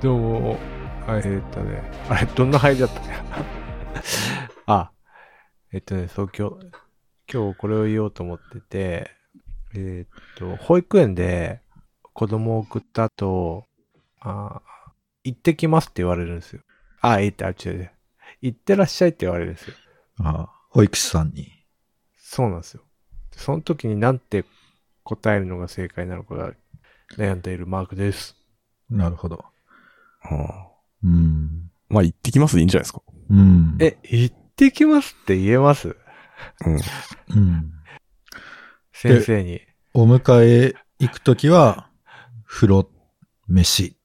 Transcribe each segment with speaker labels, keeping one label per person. Speaker 1: と、あえーっとね、あれ、どんな配置だったっけ あ、えっとね、そう、今日、今日これを言おうと思ってて、えーっと、保育園で子供を送った後、あ行ってきますって言われるんですよ。あ、いいって、あ、違う違う。行ってらっしゃいって言われるんですよ。
Speaker 2: あ保育士さんに。
Speaker 1: そうなんですよ。その時になんて答えるのが正解なのかが悩んでいるマークです。
Speaker 2: なるほど。
Speaker 3: あ
Speaker 2: うん。
Speaker 3: まあ、行ってきますでいいんじゃないですか。
Speaker 2: うん。
Speaker 1: え、行ってきますって言えます
Speaker 3: うん。
Speaker 2: うん。
Speaker 1: 先生に。
Speaker 2: お迎え行くときは、風呂、飯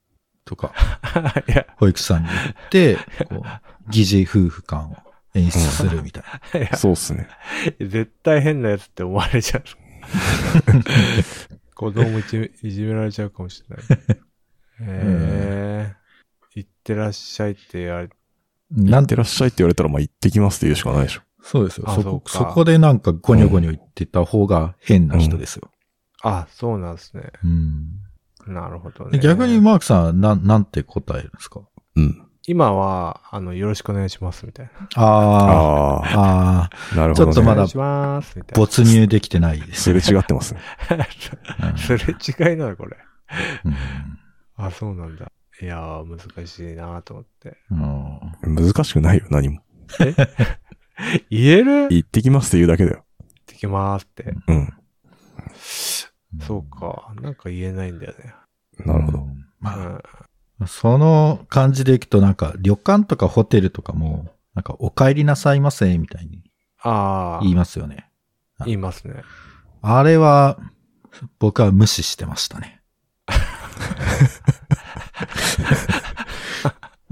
Speaker 2: とか、
Speaker 1: いや、
Speaker 2: 保育士さんに行って、こう、疑似夫婦感を演出するみたいな。
Speaker 1: いや、
Speaker 3: そうっすね。
Speaker 1: 絶対変なやつって思われちゃう。子供いじめいじめられちゃうかもしれない。えー、行ってらっしゃいって言われ
Speaker 2: な
Speaker 3: 行
Speaker 2: ん
Speaker 3: ってらっしゃいって言われたら、まあ、行ってきますって言うしかないでしょ。
Speaker 2: そうですよ。
Speaker 1: あ
Speaker 2: そ
Speaker 1: そう
Speaker 2: こ、
Speaker 1: か
Speaker 2: そこでなんかゴニョゴニョ言ってた方が変な人ですよ。
Speaker 1: あ、そうなんですね。
Speaker 2: うん。
Speaker 1: なるほど
Speaker 2: で
Speaker 1: ね。
Speaker 2: 逆にマークさんはなん、なんて答えるんですか
Speaker 3: うん。
Speaker 1: 今は、あの、よろしくお願いします、みたいな。
Speaker 2: あ
Speaker 3: あ
Speaker 2: あ。ああ。
Speaker 3: あ、なるほど、ね。
Speaker 2: ちょっとま
Speaker 1: お
Speaker 2: だ
Speaker 1: 願いします、みたいな。
Speaker 2: 没入できてないですす
Speaker 3: れ
Speaker 2: ね。
Speaker 3: 違ってますね。
Speaker 1: すれ違いなの、これ。
Speaker 2: うん
Speaker 1: あ、そうなんだ。いやー、難しいなと思って。
Speaker 2: うんうん
Speaker 3: 難しくないよ、何も。
Speaker 1: 言える行っ
Speaker 3: 行ってきますって言うだけだよ。
Speaker 1: てきますって。
Speaker 3: うん。
Speaker 1: そうか。なんか言えないんだよね。
Speaker 3: なるほど。。
Speaker 1: う
Speaker 2: ま
Speaker 1: ん。
Speaker 2: あ、その感じでいくとなんか旅館とかホテルとかも、なんかお帰りなさいませみたいに
Speaker 1: ああ、
Speaker 2: 言いますよね。
Speaker 1: 言いますね。
Speaker 2: あれは、僕は無視してましたね。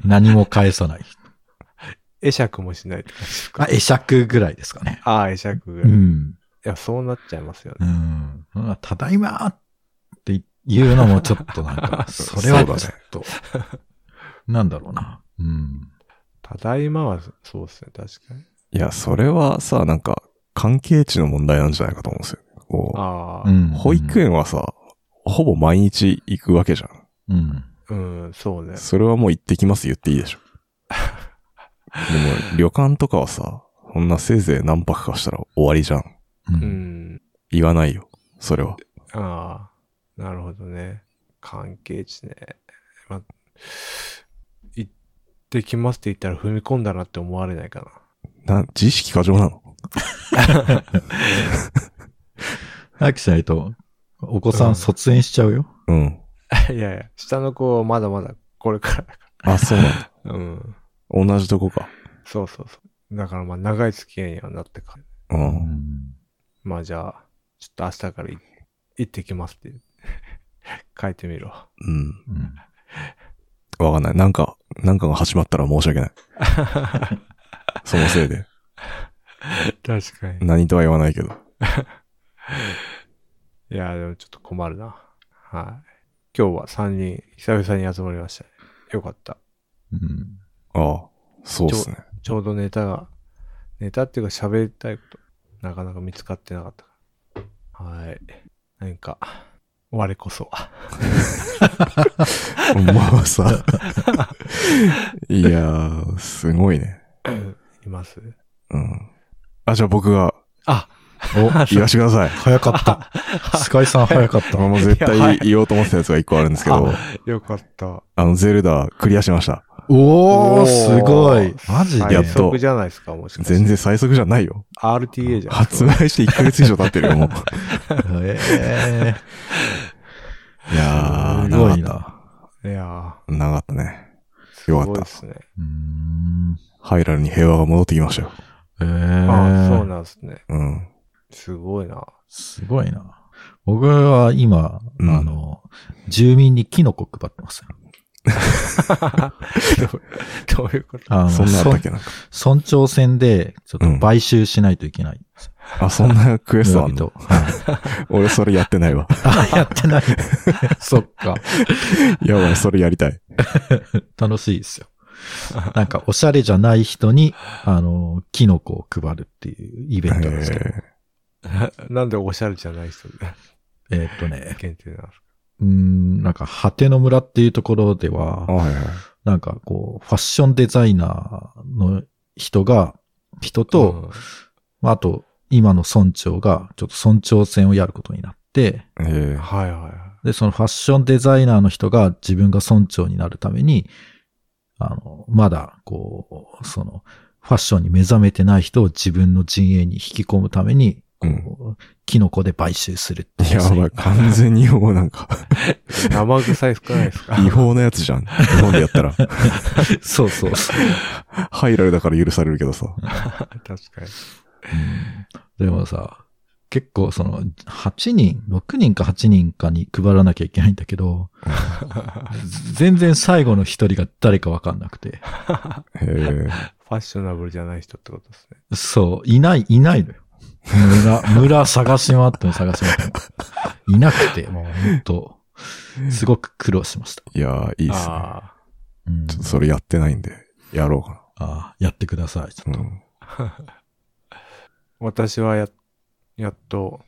Speaker 2: 何も返さない。
Speaker 1: 会釈もしないって感じですか
Speaker 2: あ、会釈ぐらいですかね。
Speaker 1: ああ、会釈ぐ
Speaker 2: う
Speaker 1: らい。い
Speaker 2: ん。
Speaker 1: や、そうなっちゃいますよ
Speaker 2: う
Speaker 1: ね。
Speaker 2: ん。ただいまーって言うのもちょっとなん か、それはちょっと、なんだろうな。うん。
Speaker 1: ただいまはそうですね、確かに。
Speaker 3: いや、それはさ、なんか、関係値の問題なんじゃないかと思うんですよ。こ
Speaker 1: あ
Speaker 2: う
Speaker 1: あ、
Speaker 2: ん
Speaker 3: う、保育園はさ、ほぼ毎日行くわけじゃん。
Speaker 2: うん。
Speaker 1: うん、そうね。
Speaker 3: それはもう行ってきます言っていいでしょ。でも、旅館とかはさ、そんなせいぜい何泊かしたら終わりじゃん。
Speaker 2: う。
Speaker 1: うんん、
Speaker 3: 言わないよ。それは。
Speaker 1: ああ、なるほどね。関係値ね。ま、行ってきますって言ったら踏み込んだなって思われないか
Speaker 3: な、自意識過剰なの
Speaker 2: 早くしないと、お子さん卒園しちゃうよ。
Speaker 3: うん。
Speaker 1: な。 いやいや、下の子まだまだこれからだか
Speaker 3: あ、そうなんだ。
Speaker 1: ら。うん、
Speaker 3: 同じとこか。
Speaker 1: そうそうそう。だからまあ、長い付き合いにはなってから。
Speaker 3: う。
Speaker 2: うんん。
Speaker 1: まあじゃあ、ちょっと明日からい行ってきますって 書いてみろ。
Speaker 3: うん。
Speaker 2: うん
Speaker 3: わかんない。なんか、なんかが始まったら申し訳 ない。そのせいで。
Speaker 1: 確かに。
Speaker 3: 何とは言わないけど。
Speaker 1: いや、でもちょっと困るな。はい。今日は3人、久々に集まりましたね。よかった。
Speaker 2: うん
Speaker 3: ああ、そうっすね。
Speaker 1: ちょうどネタが、ネタっていうか喋りたいこと、なかなか見つかってなかったから。はい。何か、我こそは。
Speaker 3: まあさ。いやー、すごいね。
Speaker 1: います
Speaker 3: うん。あ、じゃあ僕が
Speaker 1: あ、
Speaker 2: お、
Speaker 3: 言わしてくださ い。
Speaker 2: 早かった。 スカイさん早かった。
Speaker 3: もう絶
Speaker 1: いやは
Speaker 3: 対
Speaker 1: い
Speaker 3: 言おうと思ってたやつが一個あるんですけど、
Speaker 1: よかった。
Speaker 3: あの、ゼルダクリアしました。
Speaker 2: おー、すごい。マジで
Speaker 1: や
Speaker 3: やっと
Speaker 1: じゃないですか、もしかして。
Speaker 3: 全然最速じゃないよ。
Speaker 1: RTA じゃん。
Speaker 3: 発売して1ヶ月以上経ってるよ、もう。
Speaker 2: え
Speaker 3: いやー、
Speaker 2: すごいな
Speaker 3: 長か
Speaker 1: いや
Speaker 3: った。長かったね。
Speaker 1: ー、す
Speaker 3: よかっ
Speaker 1: ごい
Speaker 3: た
Speaker 1: で。すね。
Speaker 2: ーうーん
Speaker 3: ハイラルに平和が戻ってきましたよ。
Speaker 2: え
Speaker 1: ああ、そう
Speaker 2: ー
Speaker 1: なんですね。
Speaker 3: うん。
Speaker 1: すごいな。
Speaker 2: すごいな。僕は今、
Speaker 3: うん
Speaker 2: あの、住民にキノコ配ってますよ。
Speaker 1: どういうこと
Speaker 2: あの
Speaker 3: そんなあったっ
Speaker 2: 村
Speaker 3: けなんか。
Speaker 2: 村長選で、ちょっと買収しないといけない。
Speaker 3: あ、そんなクエストあん
Speaker 2: 村
Speaker 3: の
Speaker 2: 人はい
Speaker 3: 俺それやってない わ。
Speaker 2: あ、やってない。 そっか。
Speaker 3: やばい、それやりたい。
Speaker 2: 楽しいですよ。なんか、おしゃれじゃない人に、あの、キノコを配るっていうイベントなんですけど。
Speaker 3: え
Speaker 1: なんでおしゃれじゃない人で
Speaker 2: えーっとね、
Speaker 1: 限定なんですか
Speaker 2: うん、なんか、果ての村っていうところでは
Speaker 3: あ、、はいはい。
Speaker 2: なんかこう、ファッションデザイナーの人が、人と、まあ、あと、今の村長が、ちょっと村長選をやることになって、
Speaker 3: え
Speaker 1: うん、
Speaker 3: え
Speaker 1: はいはいはい。
Speaker 2: で、そのファッションデザイナーの人が自分が村長になるために、あの、まだ、こう、その、ファッションに目覚めてない人を自分の陣営に引き込むために、
Speaker 3: うん。
Speaker 2: こうキノコで買収するっていう。
Speaker 3: やばい、完全にもうなん か、
Speaker 1: 生臭い少ないですか
Speaker 3: 違法なやつじゃん。日本でや ったら。
Speaker 2: そうそうそう。
Speaker 3: ハイラルだから許されるけどさ。
Speaker 1: 確かに。
Speaker 2: でもさ、結構その、8人、6人か8人かに配らなきゃいけないんだけ ど、全然最後の一人が誰かわかんなくて。
Speaker 3: ええ
Speaker 1: ファッショナブルじゃない人ってことですね。
Speaker 2: そう、いない、いないのよ。 村、村探し回っても探し回っても。いなく て、もう本当すごく苦労しました。
Speaker 3: いやー、いいっすね。
Speaker 1: あ
Speaker 2: うん
Speaker 3: ちょっとそれやってないんで、やろうか
Speaker 2: ああやってください。ちょっ
Speaker 3: な。
Speaker 2: と
Speaker 3: うん。
Speaker 1: あ。私はや、やっと、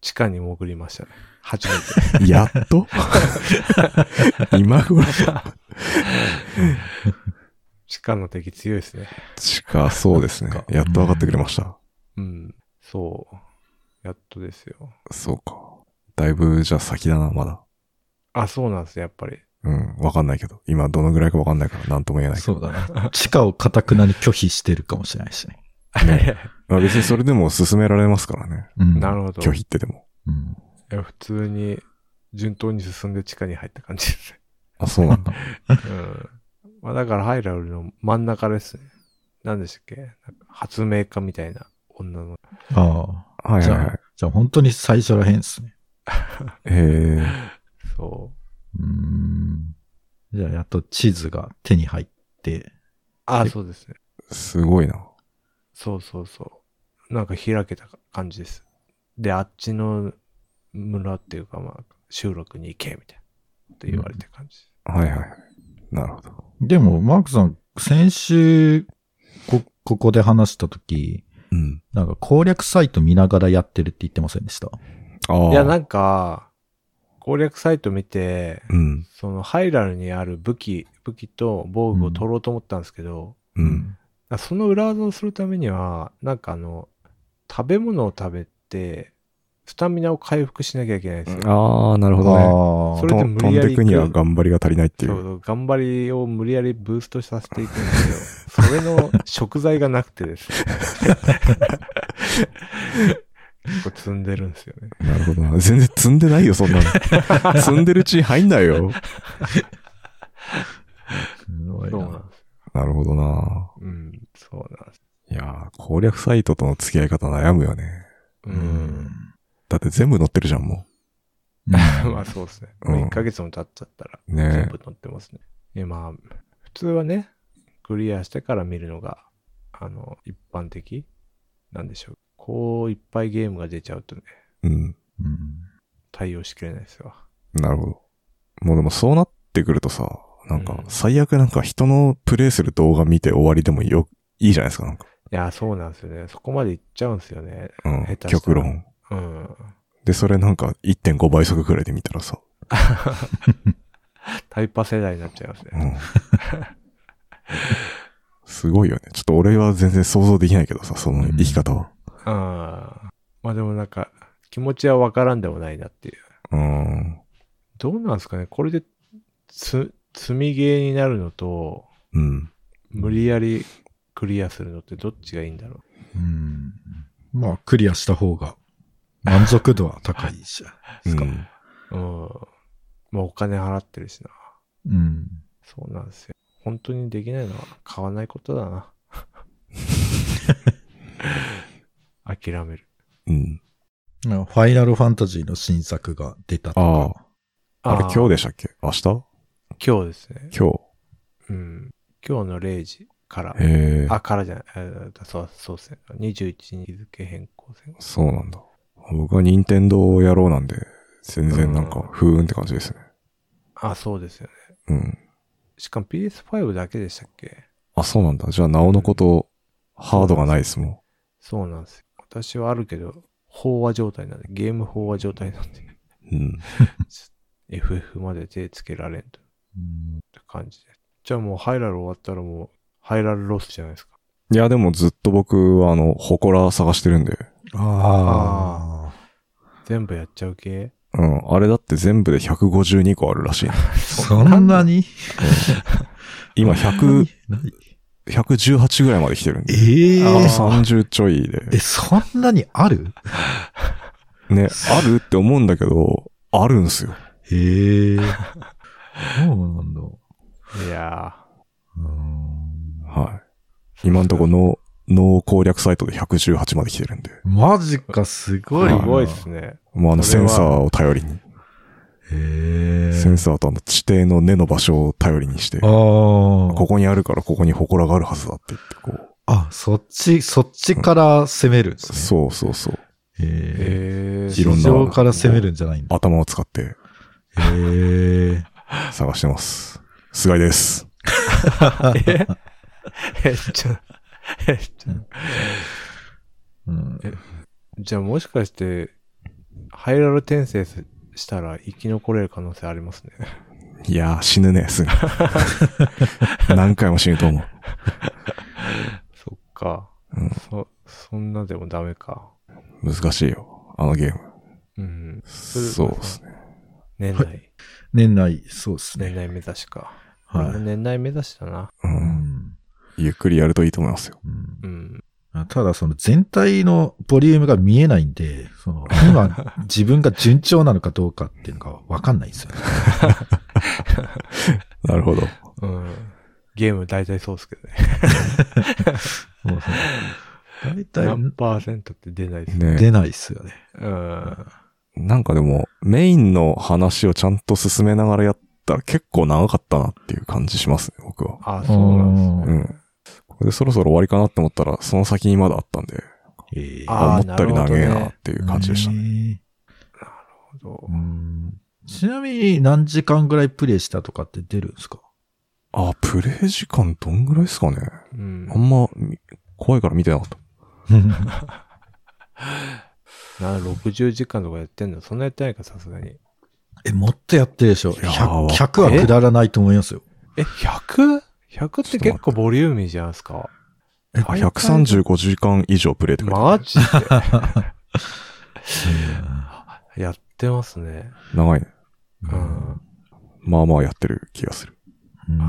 Speaker 1: 地下に潜りましたね。初めて。
Speaker 3: やっ と今頃
Speaker 1: 地下の敵強いですね。
Speaker 3: 近そうです
Speaker 2: そっ
Speaker 3: ね。
Speaker 2: か
Speaker 3: やっと分かってくれました。
Speaker 1: うん。そう。やっとですよ。
Speaker 3: そうか。だいぶ、じゃあ先だな、まだ。
Speaker 1: あ、そうなんですね、やっぱり。
Speaker 3: うん、わかんないけど。今どのぐらいかわかんないから、なんとも言えないけど。
Speaker 2: そうだな。地下をかたくなに拒否してるかもしれないしね。
Speaker 3: ねまあ別にそれでも進められますからね。
Speaker 2: うん。
Speaker 1: なるほど。
Speaker 3: 拒否ってでも。
Speaker 2: うん。
Speaker 1: いや普通に、順当に進んで地下に入った感じですね。
Speaker 3: あ、そうなんだ。
Speaker 1: うん。まあだから、ハイラルの真ん中ですね。何でしたっけなんか発明家みたいな女の。
Speaker 2: ああ。
Speaker 3: はいはいはい。
Speaker 2: じゃあ本当に最初らへんですね。
Speaker 3: え
Speaker 1: そう。
Speaker 2: うーん。じゃあやっと地図が手に入って、
Speaker 1: あ、
Speaker 2: で
Speaker 1: そうですね。
Speaker 3: ー、すごいな。
Speaker 1: そうそうそう。なんか開けた感じです。で、あっちの村っていうか、まあ、集落に行け、みたいな。って言われた感じ。
Speaker 3: はいはいはい。なるほど。
Speaker 2: でもマークさん、先週、こ、ここで話したとき、
Speaker 3: うん。
Speaker 2: なんか攻略サイト見ながらやってるって言ってませんでした
Speaker 3: ああ。
Speaker 1: いや、なんんか、攻略サイト見て、
Speaker 3: うん。
Speaker 1: そのハイラルにある武器、武器と防具を取ろうと思ったんですけど、
Speaker 3: うん。。
Speaker 1: あその裏技をするためには、なんかあの、食べ物を食べて、スタミナを回復しなきゃいけないんですよ。
Speaker 3: ああ、なるほどね。
Speaker 2: ああ
Speaker 1: そ。れ
Speaker 3: と
Speaker 1: で無
Speaker 3: 飛ん
Speaker 1: 理やり
Speaker 3: でくには頑張りが足りないってい
Speaker 1: そう
Speaker 3: う。
Speaker 1: そう頑張りを無理やりブーストさせていくんです けど、それの食材がなくてですね。結構積んでるんですよね。
Speaker 3: なるほどな。全然積んでないよ、そんな の。積んでるうちに入んないよ。
Speaker 2: すご い
Speaker 1: そうなん
Speaker 2: な。
Speaker 1: です。
Speaker 3: なるほどな。
Speaker 1: うん、そうなんです。
Speaker 3: いやー、攻略サイトとの付き合い方悩むよね。
Speaker 1: う。
Speaker 2: うん
Speaker 3: だって全部載ってるじゃん、も
Speaker 1: まあそうですね。もう
Speaker 3: うん
Speaker 1: 1ヶ月も経っちゃったら、
Speaker 3: う。ね
Speaker 1: 全部載ってますね。え、まあ、普通はね、クリアしてから見るのが、あの、一般的なんでしょう。こういっぱいゲームが出ちゃうとね、
Speaker 3: うん。
Speaker 2: うん
Speaker 1: 対応しきれないですよ。
Speaker 3: なるほど。もうでもそうなってくるとさ、なん
Speaker 1: うん
Speaker 3: か、最悪なんか人のプレイする動画見て終わりでもよ、いいじゃないですか、なんか。
Speaker 1: いや、そうなんですよね。そこまでいっちゃうんですよね。
Speaker 3: うん
Speaker 1: 下手したら
Speaker 3: 極論。
Speaker 1: うん。
Speaker 3: で、それなんか1.5倍速くらいで見たらさ、
Speaker 1: タイパ世代になっちゃいます
Speaker 3: う
Speaker 1: ね。
Speaker 3: ん。すごいよね。ちょっと俺は全然想像できないけどさ、その生き方は。
Speaker 1: うん。まあでもなんか、気持ちはわからんでもないなっていう。
Speaker 3: うん。
Speaker 1: どうなんですかねこれで、つ、積みゲーになるのと、
Speaker 3: うん。
Speaker 1: 無理やりクリアするのってどっちがいいんだろ
Speaker 2: うん。まあ、クリアした方が満足度は高い じゃないですか。
Speaker 3: うん
Speaker 1: う。うん。まあお金払ってるしな。
Speaker 2: うん。
Speaker 1: そうなんですよ。本当にできないのは買わないことだな。諦める。
Speaker 3: うん。
Speaker 2: まあファイナルファンタジーの新作が出たとか。
Speaker 3: あれ
Speaker 1: ー
Speaker 3: 今日でしたっけ明日今
Speaker 1: 今日ですね。
Speaker 3: 日。
Speaker 1: うん。今日の0時から。
Speaker 3: へえ。
Speaker 1: あ、からじゃない。えーそう、そうですね。21日付変更線。
Speaker 3: そうなんだ。僕は任天堂をやろうなんで、全然なんか、ふーんって感じですね。
Speaker 1: あ、そうですよね。
Speaker 3: うん。
Speaker 1: しかも PS5 だけでしたっけ
Speaker 3: あ、そうなんだ。じゃあ、なおのこと、ハードがないですもん。
Speaker 1: そうなんですよ。私はあるけど、飽和状態なんで、ゲーム飽和状態なんで、
Speaker 3: うん。
Speaker 1: FF まで手つけられんと
Speaker 2: う
Speaker 1: っ
Speaker 2: ん
Speaker 1: て感じで。じゃあもうハイラル終わったらもう、ハイラルロスじゃないですか。
Speaker 3: いや、でもずっと僕はあの、祠探してるんで。
Speaker 1: あ全部やっちゃう系
Speaker 3: うん。あれだって全部で152個あるらしい。
Speaker 2: そんなに
Speaker 3: 今100、
Speaker 2: 何
Speaker 3: 118ぐらいまで来てるんで。
Speaker 2: ええ
Speaker 3: あと
Speaker 1: ー
Speaker 3: 30ちょいで。
Speaker 2: え、そんなにある
Speaker 3: ね、あるって思うんだけど、あるんすよ。
Speaker 2: へえ。そうなんだ。う
Speaker 1: いや
Speaker 2: ーん
Speaker 3: はい。今んとこの、脳攻略サイトで118まで来てるんで。
Speaker 2: マジか、すごいな。
Speaker 1: ー、すごいっすね。
Speaker 3: まあ、あの、
Speaker 1: そ
Speaker 3: セ
Speaker 1: れは
Speaker 3: ンサーを頼りに。
Speaker 2: へ
Speaker 3: セ
Speaker 2: え。
Speaker 3: ンサーとあの、地底の根の場所を頼りにして、
Speaker 2: あ
Speaker 3: こ
Speaker 2: あ。
Speaker 3: こにあるからここに祠があるはずだって言って、こう。
Speaker 2: あ、そっち、そっちから攻めるんですね。
Speaker 3: そうそうそう。
Speaker 2: へ
Speaker 1: え
Speaker 2: え。
Speaker 1: ー、
Speaker 3: いろん
Speaker 2: 地
Speaker 3: な
Speaker 2: 上から攻めるんじゃないんだ。
Speaker 3: 頭を使って
Speaker 2: へえ。
Speaker 3: 探してます。菅井です。
Speaker 1: ええ、ちょ、え、ちょ、
Speaker 2: うん
Speaker 1: じゃあもしかして、ハイラル転生すしたら生き残れる可能性ありますね。
Speaker 3: いやー、死ぬね、菅井。 何回も死ぬと思う。
Speaker 1: そっか。
Speaker 3: うん
Speaker 1: そ、そんなでもダメか。
Speaker 3: 難しいよ、あのゲーム。
Speaker 1: うん。
Speaker 3: そうですね。
Speaker 1: 年内、
Speaker 2: 年内、そうです
Speaker 1: 年
Speaker 2: ね。
Speaker 1: 内目指しか。
Speaker 2: はい
Speaker 1: 俺も年内目指しだな。
Speaker 3: う。
Speaker 2: うんん
Speaker 3: ゆっくりやるといいと思いますよ。
Speaker 2: うん
Speaker 1: うん。
Speaker 2: あただ、その全体のボリュームが見えないんで、その、今、自分が順調なのかどうかっていうのがわかんないんですよね。
Speaker 3: なるほど。
Speaker 1: うん。ゲーム大体そうですけどね。
Speaker 2: もうその大体、
Speaker 1: 何パーセントって出ないですね。
Speaker 2: 出
Speaker 3: ね
Speaker 2: ないっすよね。
Speaker 1: うん。
Speaker 3: なんかでも、メインの話をちゃんと進めながらやったら結構長かったなっていう感じしますね、僕は。
Speaker 1: あ、そうなんですね。
Speaker 3: うん。これでそろそろ終わりかなって思ったら、その先にまだあったんで、
Speaker 2: ええ
Speaker 1: あー
Speaker 3: 思ったより長えなっていう感じでしたね。
Speaker 2: ね。
Speaker 1: そう
Speaker 2: うんちなみに何時間ぐらいプレイしたとかって出るんですか
Speaker 3: あ、プレイ時間どんぐらいですかね
Speaker 1: うん
Speaker 3: あ。んま、み怖いから見てなかった。
Speaker 1: な、60時間とかやってんのそんなやってないか、さすがに。
Speaker 2: え、もっとやってるでしょ。
Speaker 3: いやー
Speaker 2: 100, 100はくだらないと思いますよ。
Speaker 1: え、100?100 って結構ボリューミーじゃないですか。
Speaker 2: え
Speaker 3: あ、135時間以上プレイって書いてあ
Speaker 1: マジでやってますね。
Speaker 3: る長いね。
Speaker 1: うん。
Speaker 3: まあまあやってる気がする。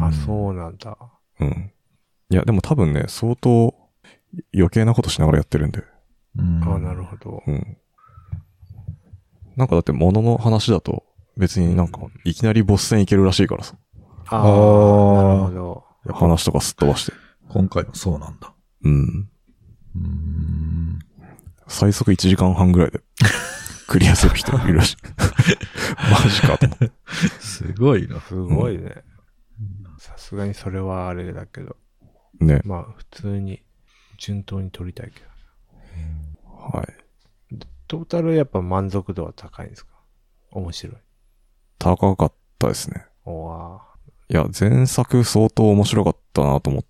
Speaker 1: あ、
Speaker 2: う
Speaker 1: そうなんだ。
Speaker 3: うん。いや、でも多分ね、相当余計なことしながらやってるんで。
Speaker 2: ん。
Speaker 1: あ、なるほど。
Speaker 3: うん。なんかだって物の話だと、別になんか
Speaker 1: うん、
Speaker 3: いきなりボス戦いけるらしいからさ。
Speaker 1: ああ、なるほど。
Speaker 3: 話とかすっ飛ばして。
Speaker 2: 今回もそうなんだ。
Speaker 3: うん。
Speaker 2: うん。
Speaker 3: 最速1時間半ぐらいでクリアする人いるらしい。 マジかと思って。
Speaker 2: すごいな。
Speaker 1: すごいね。さすがにそれはあれだけど。
Speaker 3: ね。
Speaker 1: まあ、普通に、順当に取りたいけど。
Speaker 3: はい。
Speaker 1: トータルやっぱ満足度は高いんですか面白い。
Speaker 3: 高かったですね。
Speaker 1: おわ
Speaker 3: いや、前作相当面白かったなと思っ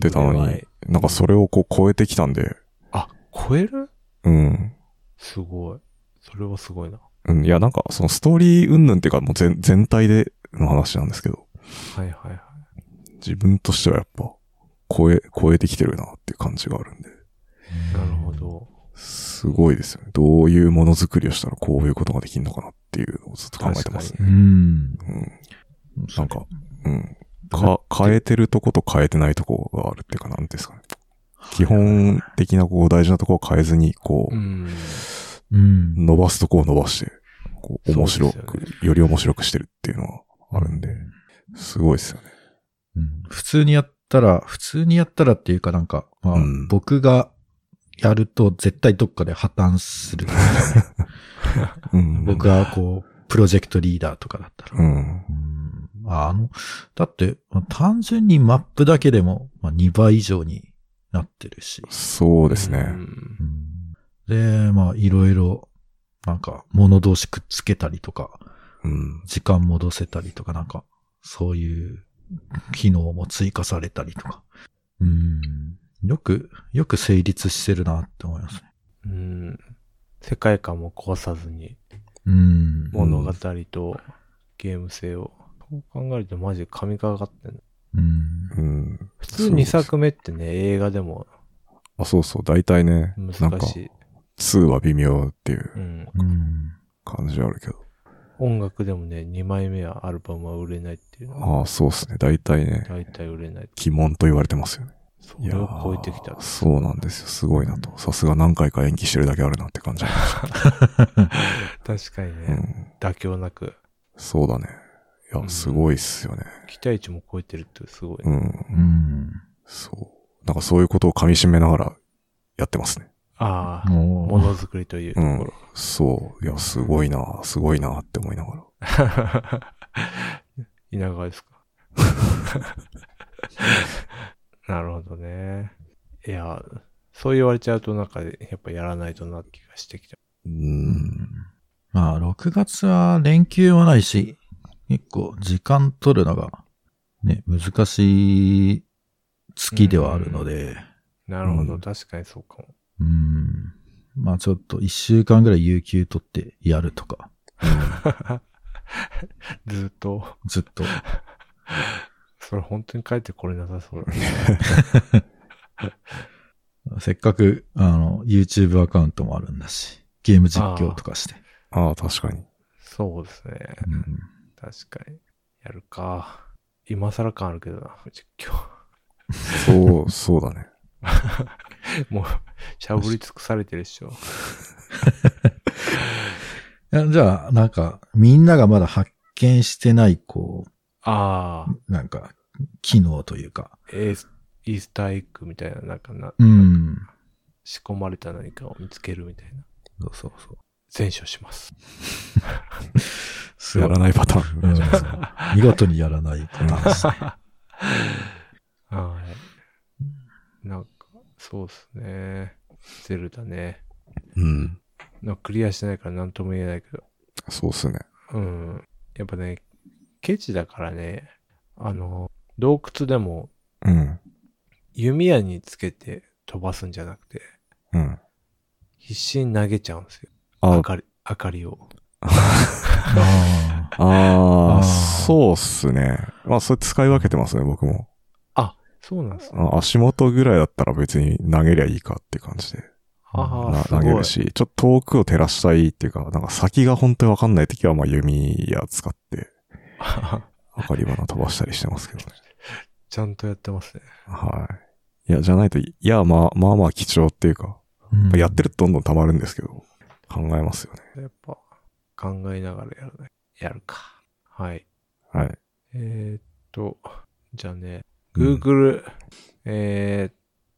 Speaker 3: てたの
Speaker 1: は
Speaker 3: に
Speaker 1: い、
Speaker 3: なんかそれをこう超えてきたんで、
Speaker 1: ーあ、超える
Speaker 3: うん。
Speaker 1: すごい。それはすごいな。
Speaker 3: うん、いや、なんかそのストーリー云々っていうかもう全全体での話なんですけど、
Speaker 1: はいはいはい。
Speaker 3: 自分としてはやっぱ、超え、超えてきてるなっていう感じがあるんで、
Speaker 1: なるほど。
Speaker 3: すごいですよね。どういうものづくりをしたらこういうことができるのかなっていうのをずっと考えてますね。
Speaker 2: うん。
Speaker 3: うん。
Speaker 2: そ
Speaker 3: な
Speaker 2: うん
Speaker 3: か、うん。か、変えてるとこと変えてないとこがあるっていうか、なんていうんですかね。基本的なこう大事なとこを変えずに、こう、
Speaker 1: うん。
Speaker 2: うん。
Speaker 3: 伸ばすとこを伸ばして、こう、面白
Speaker 1: そう
Speaker 3: く、
Speaker 1: で
Speaker 3: より面白くしてるっていうのはあるんで、すごいですよね。
Speaker 2: うん普通にやったら、普通にやったらっていうかなんか、まあ
Speaker 3: うん
Speaker 2: 僕がやると絶対どっかで破綻す る。
Speaker 3: うん。
Speaker 2: 僕はこう、プロジェクトリーダーとかだったら。
Speaker 3: うん。
Speaker 2: うんああの、だって、まあ単純にマップだけでも、まあ、2倍以上になってるし。
Speaker 3: そう
Speaker 1: そ
Speaker 3: ですね。
Speaker 2: うんで、まあ、いろいろ、なんか、物同士くっつけたりとか、
Speaker 3: うん。
Speaker 2: 時間戻せたりとか、なんか、そういう機能も追加されたりとか。うん。よく、よく成立してるなって思いますね。
Speaker 1: うん。世界観も壊さずに、
Speaker 2: うん。
Speaker 1: 物語とゲーム性を。そう考えるとマジで神がかってんの
Speaker 2: うん。
Speaker 3: うん。
Speaker 1: 普通2作目ってね、映画でも
Speaker 3: あ、そうそう。大体ね、なん
Speaker 1: 難
Speaker 3: か、
Speaker 1: しい。
Speaker 3: 2は微妙っていう
Speaker 1: うん。
Speaker 2: うん。
Speaker 3: 感じあるけど。
Speaker 1: 音楽でもね、2枚目はアルバムは売れないっていうのは
Speaker 3: ああ、そうっすね。大体ね、
Speaker 1: 大体売れない。
Speaker 3: 鬼門と言われてますよね。
Speaker 1: そ
Speaker 3: い
Speaker 1: れを超えてきた
Speaker 3: やー。そうなんですよ。すごいなと。さすが何回か延期してるだけあるなって感じ。
Speaker 1: 確かに
Speaker 3: う
Speaker 1: ね、
Speaker 3: ん。
Speaker 1: 妥協なく、
Speaker 3: そうだね。いうや、
Speaker 1: ん
Speaker 3: すごいっすよね。
Speaker 1: 期待値も超えてるってすごいね
Speaker 3: う。ん。
Speaker 2: うん。
Speaker 3: そう。なんかそういうことを噛み締めながらやってますね。
Speaker 1: ああ、も
Speaker 2: も
Speaker 1: のづくりというと
Speaker 3: う
Speaker 1: こ
Speaker 3: ん
Speaker 1: ろ。。
Speaker 3: そう。いや、すごいな、すごいなって思いながら。
Speaker 1: 稲川ですか。 なるほどね。いや、そう言われちゃうとなんか、やっぱやらないとなって気がしてきた。
Speaker 2: う
Speaker 3: う。
Speaker 2: んん。まあ、6月は連休もないし、結構時間取るのが、ね、難しい月ではあるので、
Speaker 1: なるほど、
Speaker 3: うん
Speaker 1: 確かにそうかも。
Speaker 2: うん。まあ、ちょっと1週間ぐらい有給取ってやるとか、
Speaker 1: ずっと、
Speaker 2: ずっと。
Speaker 1: それ本当に帰ってこれなさそうだね。
Speaker 2: せっかく、あの、YouTube アカウントもあるんだし、ゲーム実況とかして。
Speaker 3: ああ、確かに。
Speaker 1: そうですね。
Speaker 2: うん
Speaker 1: 確かに。やるか。今更感あるけどな、実況。
Speaker 3: そう、そうだね。
Speaker 1: もう、しゃぶり尽くされてるでしょ。
Speaker 2: いやじゃあ、なんか、みんながまだ発見してない、こ
Speaker 1: ああ、
Speaker 2: う、なんか、機能というか。
Speaker 1: エース、イースターエッグみたいな、なんかな、
Speaker 2: うん。
Speaker 1: 仕込まれた何かを見つけるみたいな。
Speaker 2: そうそうそう。
Speaker 1: 全勝します。
Speaker 2: すご
Speaker 3: や
Speaker 2: い
Speaker 3: らないパターン。
Speaker 2: うん見事にやらないパターンですね。
Speaker 1: はい。なんか、そうっすね。ゼルだね。
Speaker 3: うん。
Speaker 1: なんかクリアしてないから何とも言えないけど。
Speaker 3: そうっすね。
Speaker 1: うん。やっぱね、ケチだからね、あの、洞窟でも
Speaker 3: うん。
Speaker 1: 弓矢につけて飛ばすんじゃなくて、
Speaker 3: うん。
Speaker 1: 必死に投げちゃうんですよ。
Speaker 3: あ
Speaker 1: 明かり、明かりを。
Speaker 2: あ
Speaker 3: あ
Speaker 2: あー
Speaker 3: あ、そうっすね。まあ、それ使い分けてますね、僕も。
Speaker 1: そうなんですね。
Speaker 3: あ足元ぐらいだったら別に投げりゃいいかって感じで。
Speaker 1: あ
Speaker 3: な
Speaker 1: あ、すご
Speaker 3: 投げ
Speaker 1: い
Speaker 3: る。し、ちょっと遠くを照らしたいっていうか、なんか先が本当にわかんない時は、まあ弓矢使って、明かり花飛ばしたりしてますけどね。
Speaker 1: ちゃんとやってますね。
Speaker 3: はい。いや、じゃないと、いや、まあ、まあまあ貴重っていうか、
Speaker 2: あ
Speaker 3: やってるとどんどん溜まるんですけど、考えますよね。
Speaker 1: やっぱ、考えながらやるね。やるか。はい。
Speaker 3: はい。
Speaker 1: えーっと、じゃあね、
Speaker 3: うん
Speaker 1: Google、えー、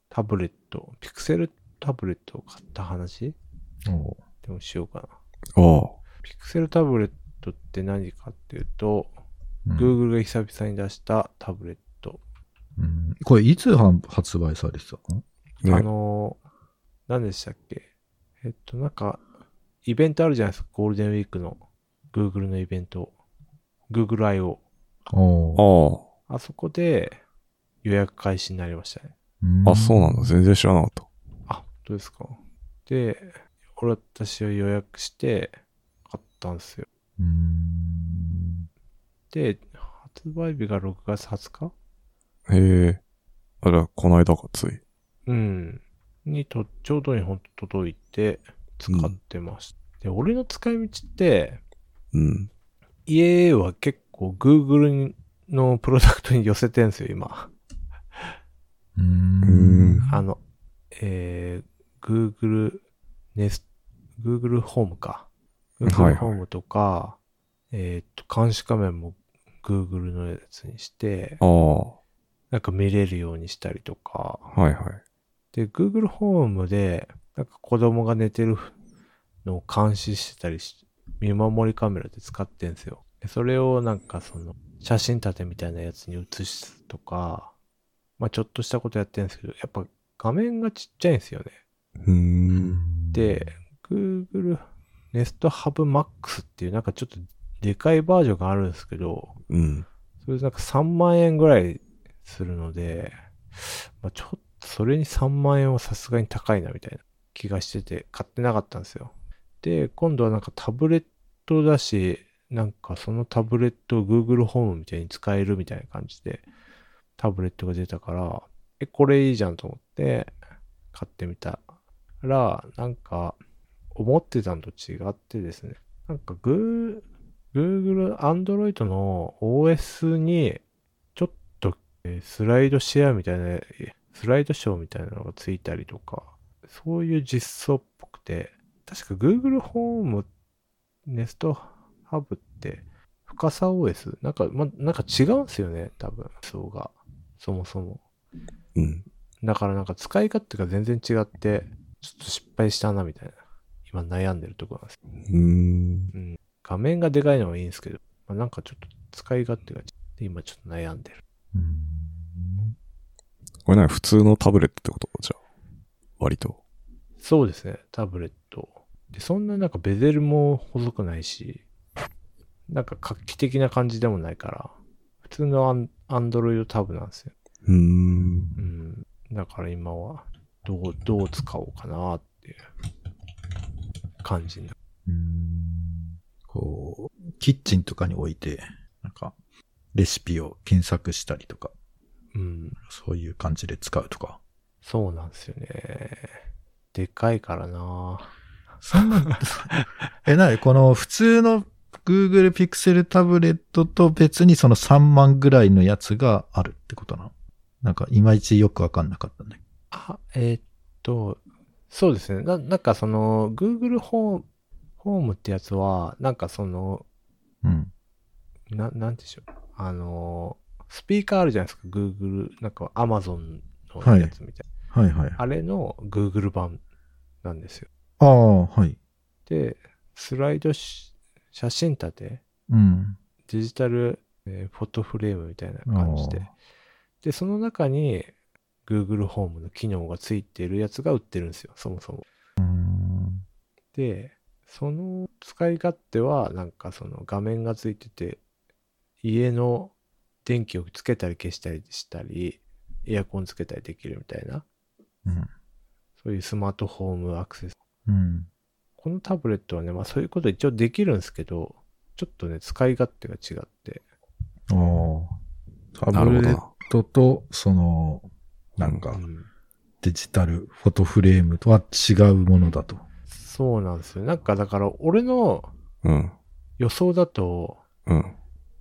Speaker 1: タブレット、ピクセルタブレットを買った話
Speaker 2: る。おう
Speaker 1: でもしようかな。
Speaker 3: あ
Speaker 1: ピクセルタブレットって何かっていうと、
Speaker 2: うん
Speaker 1: Google が久々に出したタブレット。
Speaker 2: うんこれ、いつ販発売されてたの
Speaker 3: あ。ね
Speaker 1: あのー、何でしたっけえっと、なんか、イベントあるじゃないですか、ゴールデンウィークの Google のイベント。Google I.O.
Speaker 2: おう
Speaker 3: あ
Speaker 1: あそこで予約開始になりましたね。
Speaker 2: うん
Speaker 3: あ。あ、そうなんだ。全然知らなかった。
Speaker 1: あ、どうですか。で、俺私は予約して買ったんですよ。
Speaker 2: うん
Speaker 1: で、発売日が6月20日
Speaker 3: へえ。あ、じゃあ、この間か、つい。
Speaker 1: うん。にと、ちょうどにほんと届いて使ってました。で、俺の使い道って、
Speaker 3: うん。
Speaker 1: 家は結構 Google のプロダクトに寄せてんすよ、今。
Speaker 2: う
Speaker 3: うん
Speaker 2: ん。
Speaker 1: あの、えー、Google Nest、Google ホームか。
Speaker 3: はいはい
Speaker 1: Google ホームとか、えっ、と、監視画面も Google のやつにして、
Speaker 3: ああ。は
Speaker 1: なんか見れるようにしたりとか。
Speaker 3: いはい。
Speaker 1: で、Google ホームで、なんか子供が寝てるのを監視してたりし、見守りカメラで使ってんすよ。でそれをなんかその、写真立てみたいなやつに写すとか、まあちょっとしたことやってんですけど、やっぱ画面がちっちゃいんですよね。
Speaker 3: うーん。
Speaker 1: で、Google Nest Hub Max っていうなんかちょっとでかいバージョンがあるんですけど、
Speaker 3: うん。
Speaker 1: それでなんか3万円ぐらいするので、まあ、ちょっとそれに3万円はさすがに高いなみたいな気がしてて買ってなかったんですよ。で、今度はなんかタブレットだし、なんかそのタブレットを Google ホームみたいに使えるみたいな感じで、タブレットが出たから、え、これいいじゃんと思って、買ってみたら、なんか、思ってたのと違ってですね、なんか Goo- Google Android の OS に、ちょっとえースライドシェアみたいな、えースライドショーみたいなのがついたりとか、そういう実装っぽくて、確か Google ホーム、Nest Hub って、深さ OS? なんか、ま、なんか違うんですよね、多分、そうが。そもそも。
Speaker 3: うん。
Speaker 1: だからなんか使い勝手が全然違って、ちょっと失敗したな、みたいな。今悩んでるところなんです。
Speaker 3: うーん。
Speaker 1: 画面がでかいのはいいんですけど、まあ、なんかちょっと使い勝手が違って、今ちょっと悩んでる。
Speaker 2: うん
Speaker 3: これ何普通のタブレットってことじゃあ。割と。
Speaker 1: そうですね、タブレット。で、そんななんかベゼルも細くないし、なんか画期的な感じでもないから、普通のアンアンドロイドタブなんですよ。
Speaker 3: うーん。
Speaker 1: うん。だから今は、どう、どう使おうかなっていう感じにな
Speaker 2: うんこう、キッチンとかに置いて、なんか、レシピを検索したりとか、
Speaker 1: うん。
Speaker 2: そういう感じで使うとか。
Speaker 1: そうなんですよね。でかいからな
Speaker 2: そんな、え、なにこの普通の Google Pixel タブレットと別にその3万ぐらいのやつがあるってことなのなんか、いまいちよくわかんなかったね。
Speaker 1: あ、えーっと、そうですね。な、なんかその、Google ホーム、ホームってやつは、なんかその、
Speaker 2: うん。
Speaker 1: な、なんでしょう。あの、スピーカーあるじゃないですか。Google、なんか Amazon のやつみたい
Speaker 2: はいはい
Speaker 1: な。。あれの Google 版なんですよ。
Speaker 2: ああ、はい。
Speaker 1: で、スライドし、写真立て、
Speaker 2: うん。
Speaker 1: デジタル、えーフォトフレームみたいな感じ
Speaker 2: あ
Speaker 1: で。で、その中に Google ホームの機能がついてるやつが売ってるんですよ。そもそも。
Speaker 2: うん
Speaker 1: で、その使い勝手は、なんかその画面がついてて、家の電気をつけたり消したりしたり、エアコンつけたりできるみたいな、
Speaker 2: うん。
Speaker 1: そういうスマートホームアクセス。
Speaker 2: うん。
Speaker 1: このタブレットはね、まあそういうこと一応できるんですけど、ちょっとね、使い勝手が違って、
Speaker 2: ああ。
Speaker 3: な
Speaker 2: タ
Speaker 3: る
Speaker 2: ブレ
Speaker 3: ほど
Speaker 2: ッ
Speaker 3: な。
Speaker 2: トと、その、なん
Speaker 1: う
Speaker 2: か、
Speaker 1: ん
Speaker 2: デジタルフォトフレームとは違うものだと。
Speaker 1: そうなんですよ。なんかだから、俺の
Speaker 3: うん。
Speaker 1: 予想だと、
Speaker 3: うん。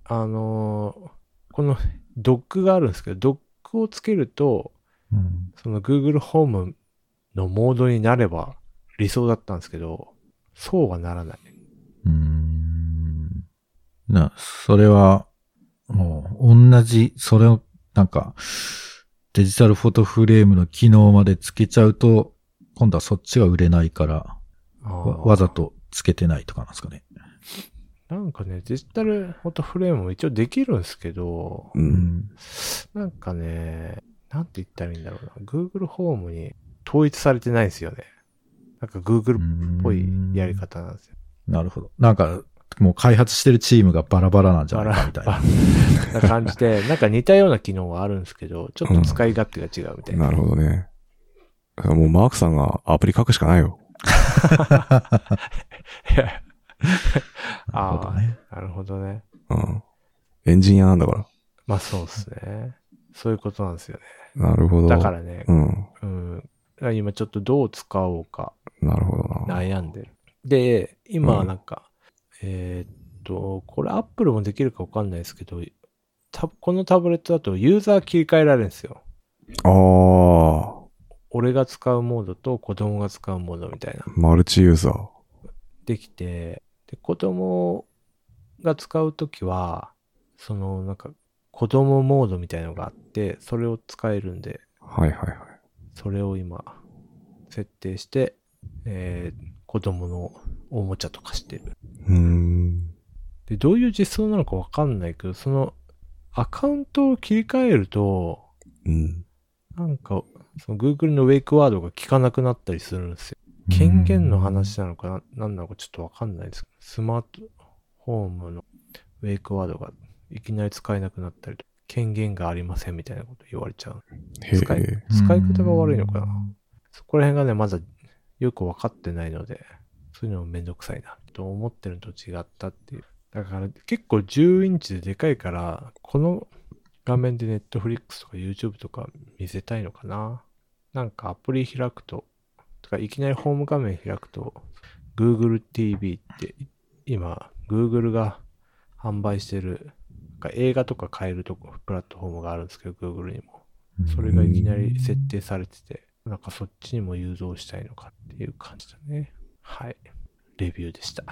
Speaker 1: あのーこのドックがあるんですけど、ドックをつけると、
Speaker 2: うん。
Speaker 1: その Google ホームのモードになれば理想だったんですけど、そうはならない。
Speaker 2: うーん。な、それは、もう、同じ、それを、なんか、デジタルフォトフレームの機能までつけちゃうと、今度はそっちが売れないから、わわざ。とつけてないとかなんですかね。
Speaker 1: なんかね、デジタルフォトフレームも一応できるんですけど、
Speaker 3: う。
Speaker 2: うんん。
Speaker 1: なんかね、なんて言ったらいいんだろうな。Google ホームに統一されてないんですよね。なんか Google っぽいやり方なんですよ。
Speaker 2: なるほど。なんか、もう開発してるチームがバラバラなんじゃないかみたい
Speaker 1: な
Speaker 2: な。
Speaker 1: 感じで、 なんか似たような機能はあるんですけど、ちょっと使い勝手が違うみたいな。
Speaker 3: なるほどね。だからもうマークさんがアプリ書くしかないよ。
Speaker 2: なるほどね。
Speaker 1: なるほどね。
Speaker 3: うん。エンジニアなんだか
Speaker 1: まあそうですね。そういうことなんですよね。
Speaker 3: ら。なるほど。
Speaker 1: だからね、
Speaker 3: うん。
Speaker 1: うん。今ちょっとどう使おうか
Speaker 3: なるほどな。
Speaker 1: 悩んでる。で、今
Speaker 3: う
Speaker 1: は
Speaker 3: ん
Speaker 1: なんか、えーっと、これ Apple もできるかわかんないですけど、たこのタブレットだとユーザー切り替えられるんですよ。
Speaker 3: ああ、
Speaker 1: 俺が使うモードと子供が使うモードみたいな。
Speaker 3: マルチユーザー。
Speaker 1: できて、で、子供が使うときは、その、なんか、子供モードみたいのがあって、それを使えるんで、
Speaker 3: はいはいはい。
Speaker 1: それを今、設定して、えー子供のおもちゃとかしてる。
Speaker 3: うーん。
Speaker 1: で、どういう実装なのかわかんないけど、その、アカウントを切り替えると、
Speaker 3: うん。
Speaker 1: なんか、その Google のウェイクワードが効かなくなったりするんですよ。権限の話なのかな、なんなのかちょっとわかんないですけど、スマートホームのウェイクワードがいきなり使えなくなったりと、権限がありませんみたいなこと言われちゃう。
Speaker 3: へ
Speaker 1: 使い
Speaker 3: え。
Speaker 1: 使い方が悪いのかな。
Speaker 2: な。
Speaker 1: そこら辺がね、まだよく分かってないので、そういうのもめんどくさいな、と思ってるのと違ったっていうだから結構10インチででかいから、この画面で Netflix とか YouTube とか見せたいのかな。なんかアプリ開くと、とかいきなりホーム画面開くと、Google TV って今、Google が販売してる、なんか映画とか買えるとこ、プラットフォームがあるんですけど、Google にも。それがいきなり設定されてて、なんかそっちにも誘導したいのかっていう感じだね。はい。レビューでした。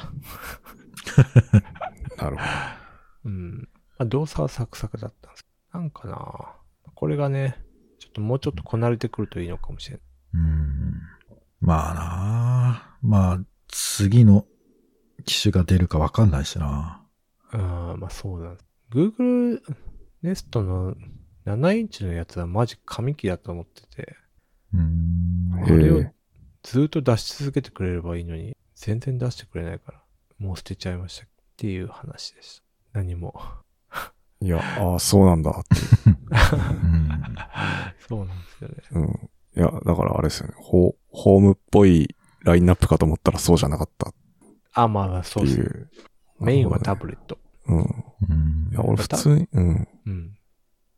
Speaker 3: なるほ
Speaker 1: うん。まあ、動作はサクサクだったんですけど。なんかなこれがね、ちょっともうちょっとこなれてくるといいのかもしれない。
Speaker 2: うん。まあなあまあ、次の機種が出るかわかんないしな。
Speaker 1: あまあそうなんです。Google Nest の7インチのやつはマジ神機だと思ってて、
Speaker 2: うん。
Speaker 1: こ
Speaker 3: へえ
Speaker 1: れをずっと出し続けてくれればいいのに、全然出してくれないから、もう捨てちゃいましたっていう話でした。何も。
Speaker 3: ど。いや、ああ、そうなんだって。
Speaker 2: うん
Speaker 1: そうなんですよね。
Speaker 3: うん。いや、だからあれですよね。ホホームっぽいラインナップかと思ったらそうじゃなかったっ
Speaker 1: あ、まあまあそ
Speaker 3: て
Speaker 1: うで
Speaker 3: い
Speaker 1: すね。
Speaker 3: う。
Speaker 1: メインはタブレット。
Speaker 3: うん。い
Speaker 2: うん
Speaker 3: や、俺普通に、うん。
Speaker 1: うん。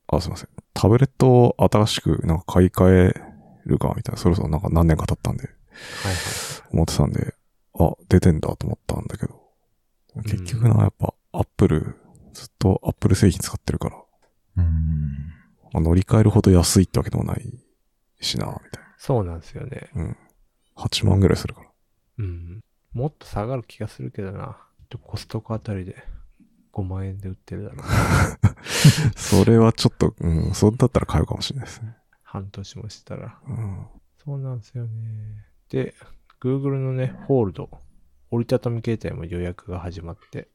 Speaker 3: あ、すいません。タブレットを新しくなんか買い替えるか、みたいな。そろそろなんか何年か経ったんで、
Speaker 1: はいはい。
Speaker 3: 思ってたんで、あ、出てんだと思ったんだけど。結局な、やっぱ、アップル、ずっとアップル製品使ってるから、
Speaker 2: うん
Speaker 3: まあ乗り換えるほど安いってわけでもないしな、みたい
Speaker 1: そうなんですよね。
Speaker 3: な。うん。8万ぐらいするから。
Speaker 1: うん。もっと下がる気がするけどな。ちょっとコストコあたりで5万円で売ってるだろう。
Speaker 3: それはちょっと、うん、それだったら買うかもしれないですね。
Speaker 1: 半年もしたら。
Speaker 3: うん。
Speaker 1: そうなんですよね。で、Google のね、ホールド。折りたたみ携帯も予約が始まって。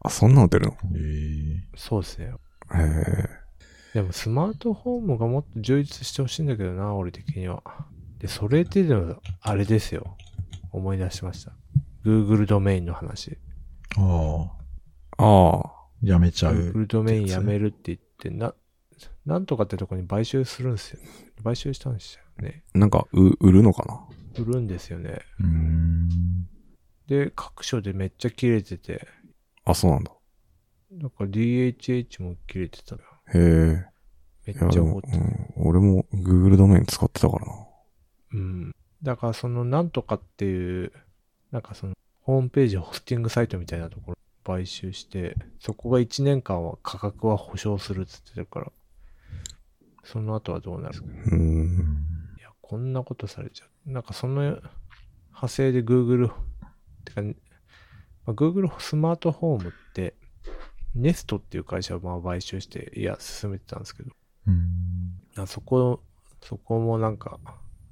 Speaker 3: あ、そんなの出るの
Speaker 2: ええ
Speaker 1: そうですね。
Speaker 3: へえ。
Speaker 1: でもスマートフォームがもっと充実してほしいんだけどな、俺的には。で、それでの、あれですよ。思い出しました。Google ドメインの話。
Speaker 2: ああ、
Speaker 3: ああ。
Speaker 2: やめちゃう。
Speaker 1: Google ドメインやめるって言って、な、なんとかってとこに買収するんですよ。買収したんですよね。
Speaker 3: なんか、う、売るのかな
Speaker 1: 売るんですよね。
Speaker 2: うん。
Speaker 1: で、各所でめっちゃ切れてて、
Speaker 3: あ、そうなんだ。
Speaker 1: なんか DHH も切れてたのよ。
Speaker 3: へ
Speaker 1: め
Speaker 3: え。
Speaker 1: っ
Speaker 3: いや、
Speaker 1: ち
Speaker 3: で
Speaker 1: ゃ怒っ
Speaker 3: も
Speaker 1: て、
Speaker 3: う
Speaker 1: た。
Speaker 3: ん、俺も Google ドメイン使ってたからな。
Speaker 1: うん。だからそのなんとかっていう、なんかそのホームページホスティングサイトみたいなところ買収して、そこが1年間は価格は保証するっつってるから、その後はどうなるか。
Speaker 3: うーん。
Speaker 1: いや、こんなことされちゃう。なんかその派生で Google、てか、まあ Google スマートホームって、Nest っていう会社をまあ買収して、いや、進めてたんですけど、
Speaker 2: うん
Speaker 1: あそこ、そこもなんか、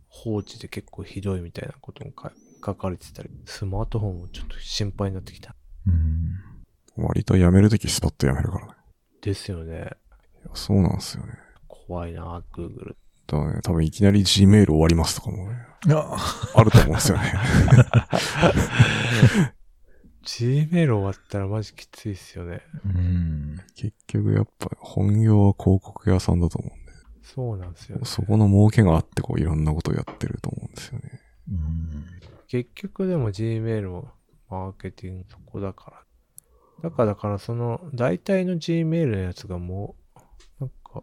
Speaker 1: 放置で結構ひどいみたいなこともか書かれてたり、スマートフォンもちょっと心配になってきた。
Speaker 2: うん
Speaker 3: 割と辞めるときスパッと辞めるからね。
Speaker 1: ですよね。
Speaker 3: いや、そうなんですよね。
Speaker 1: 怖いな、Google。
Speaker 3: だからね、多分いきなり Gmail 終わりますとかもね、
Speaker 2: あ
Speaker 3: あると思うんですよ ね。
Speaker 1: Gmail 終わったらマジきついっすよね。
Speaker 2: うん。
Speaker 3: 結局やっぱ本業は広告屋さんだと思うんで、
Speaker 1: そうなんですよね。
Speaker 3: そこの儲けがあってこういろんなことをやってると思うんですよね。
Speaker 2: うん
Speaker 1: 結局でも Gmail もマーケティングそこだから。だから、だからその、大体の Gmail のやつがもう、なんか、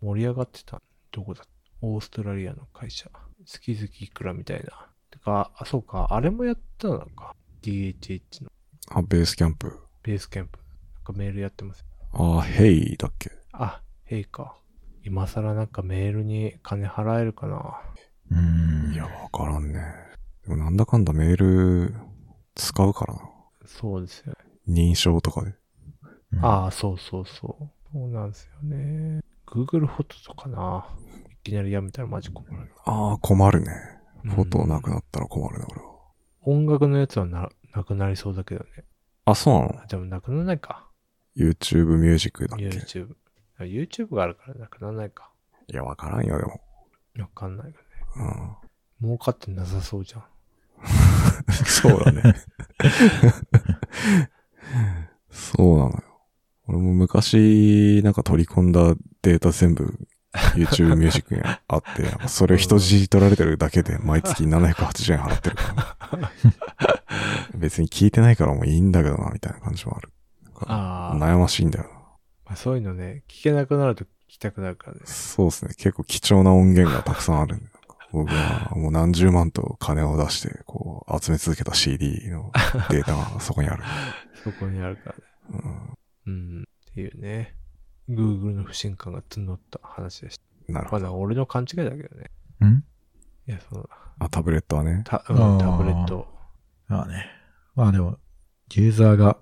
Speaker 1: 盛り上がってた。どこだオーストラリアの会社。月々いくらみたいな。てか、あ、そうか、あれもやったのか。DHH の
Speaker 3: あ、ベースキャンプ。
Speaker 1: ベースキャンプ。なんかメールやってます。
Speaker 3: あ、ヘイだっけ
Speaker 1: あ、へいか。今更なんかメールに金払えるかな。
Speaker 2: うん
Speaker 3: いや、わからんね。でもなんだかんだメール使うからな。
Speaker 1: そうですよね
Speaker 3: 認証とかで。
Speaker 1: ああ、そうそうそう。そうなんですよね。Google フォトとかな。いきなりやめたらマジ困る。
Speaker 3: ああ、困るね。フォトな
Speaker 1: な
Speaker 3: くなったら困るな、これは。
Speaker 1: 音楽のやつはななくなりそうだけどね。
Speaker 3: あ、そうなの
Speaker 1: あ、でもなくならないか。
Speaker 3: ?YouTube ミュージックだっけ
Speaker 1: YouTube。あ YouTube があるからなくならないか。
Speaker 3: いや、わからんよ、でも。
Speaker 1: わかんないよね。
Speaker 3: うん。
Speaker 1: 儲かってなさそうじゃん。
Speaker 3: そうだね。そうなのよ。俺も昔、なんか取り込んだデータ全部 YouTube ミュージックにあって、それを人質に取られてるだけで毎月780円払ってるから、ね。別に聞いてないからもういいんだけどな、みたいな感じもある。
Speaker 1: ああ、ま
Speaker 3: 悩ましいんだよな。
Speaker 1: あ、そういうのね、聞けなくなると聞きたくなるからね。
Speaker 3: そうですね。結構貴重な音源がたくさんあるんで。なんか僕はもう何十万と金を出して、こう、集め続けた CD のデータがそこにある。
Speaker 1: そこにあるからね。
Speaker 3: うん
Speaker 1: うん。っていうね。Google の不信感が募った話でした。
Speaker 3: なるほ
Speaker 1: ま
Speaker 3: ど。
Speaker 1: だ俺の勘違いだけどね。
Speaker 2: ん
Speaker 1: いや、その、
Speaker 3: あ、タブレットはね。
Speaker 1: たうん
Speaker 2: あー
Speaker 1: タブレット。
Speaker 2: まあね。まあでも、ユーザーが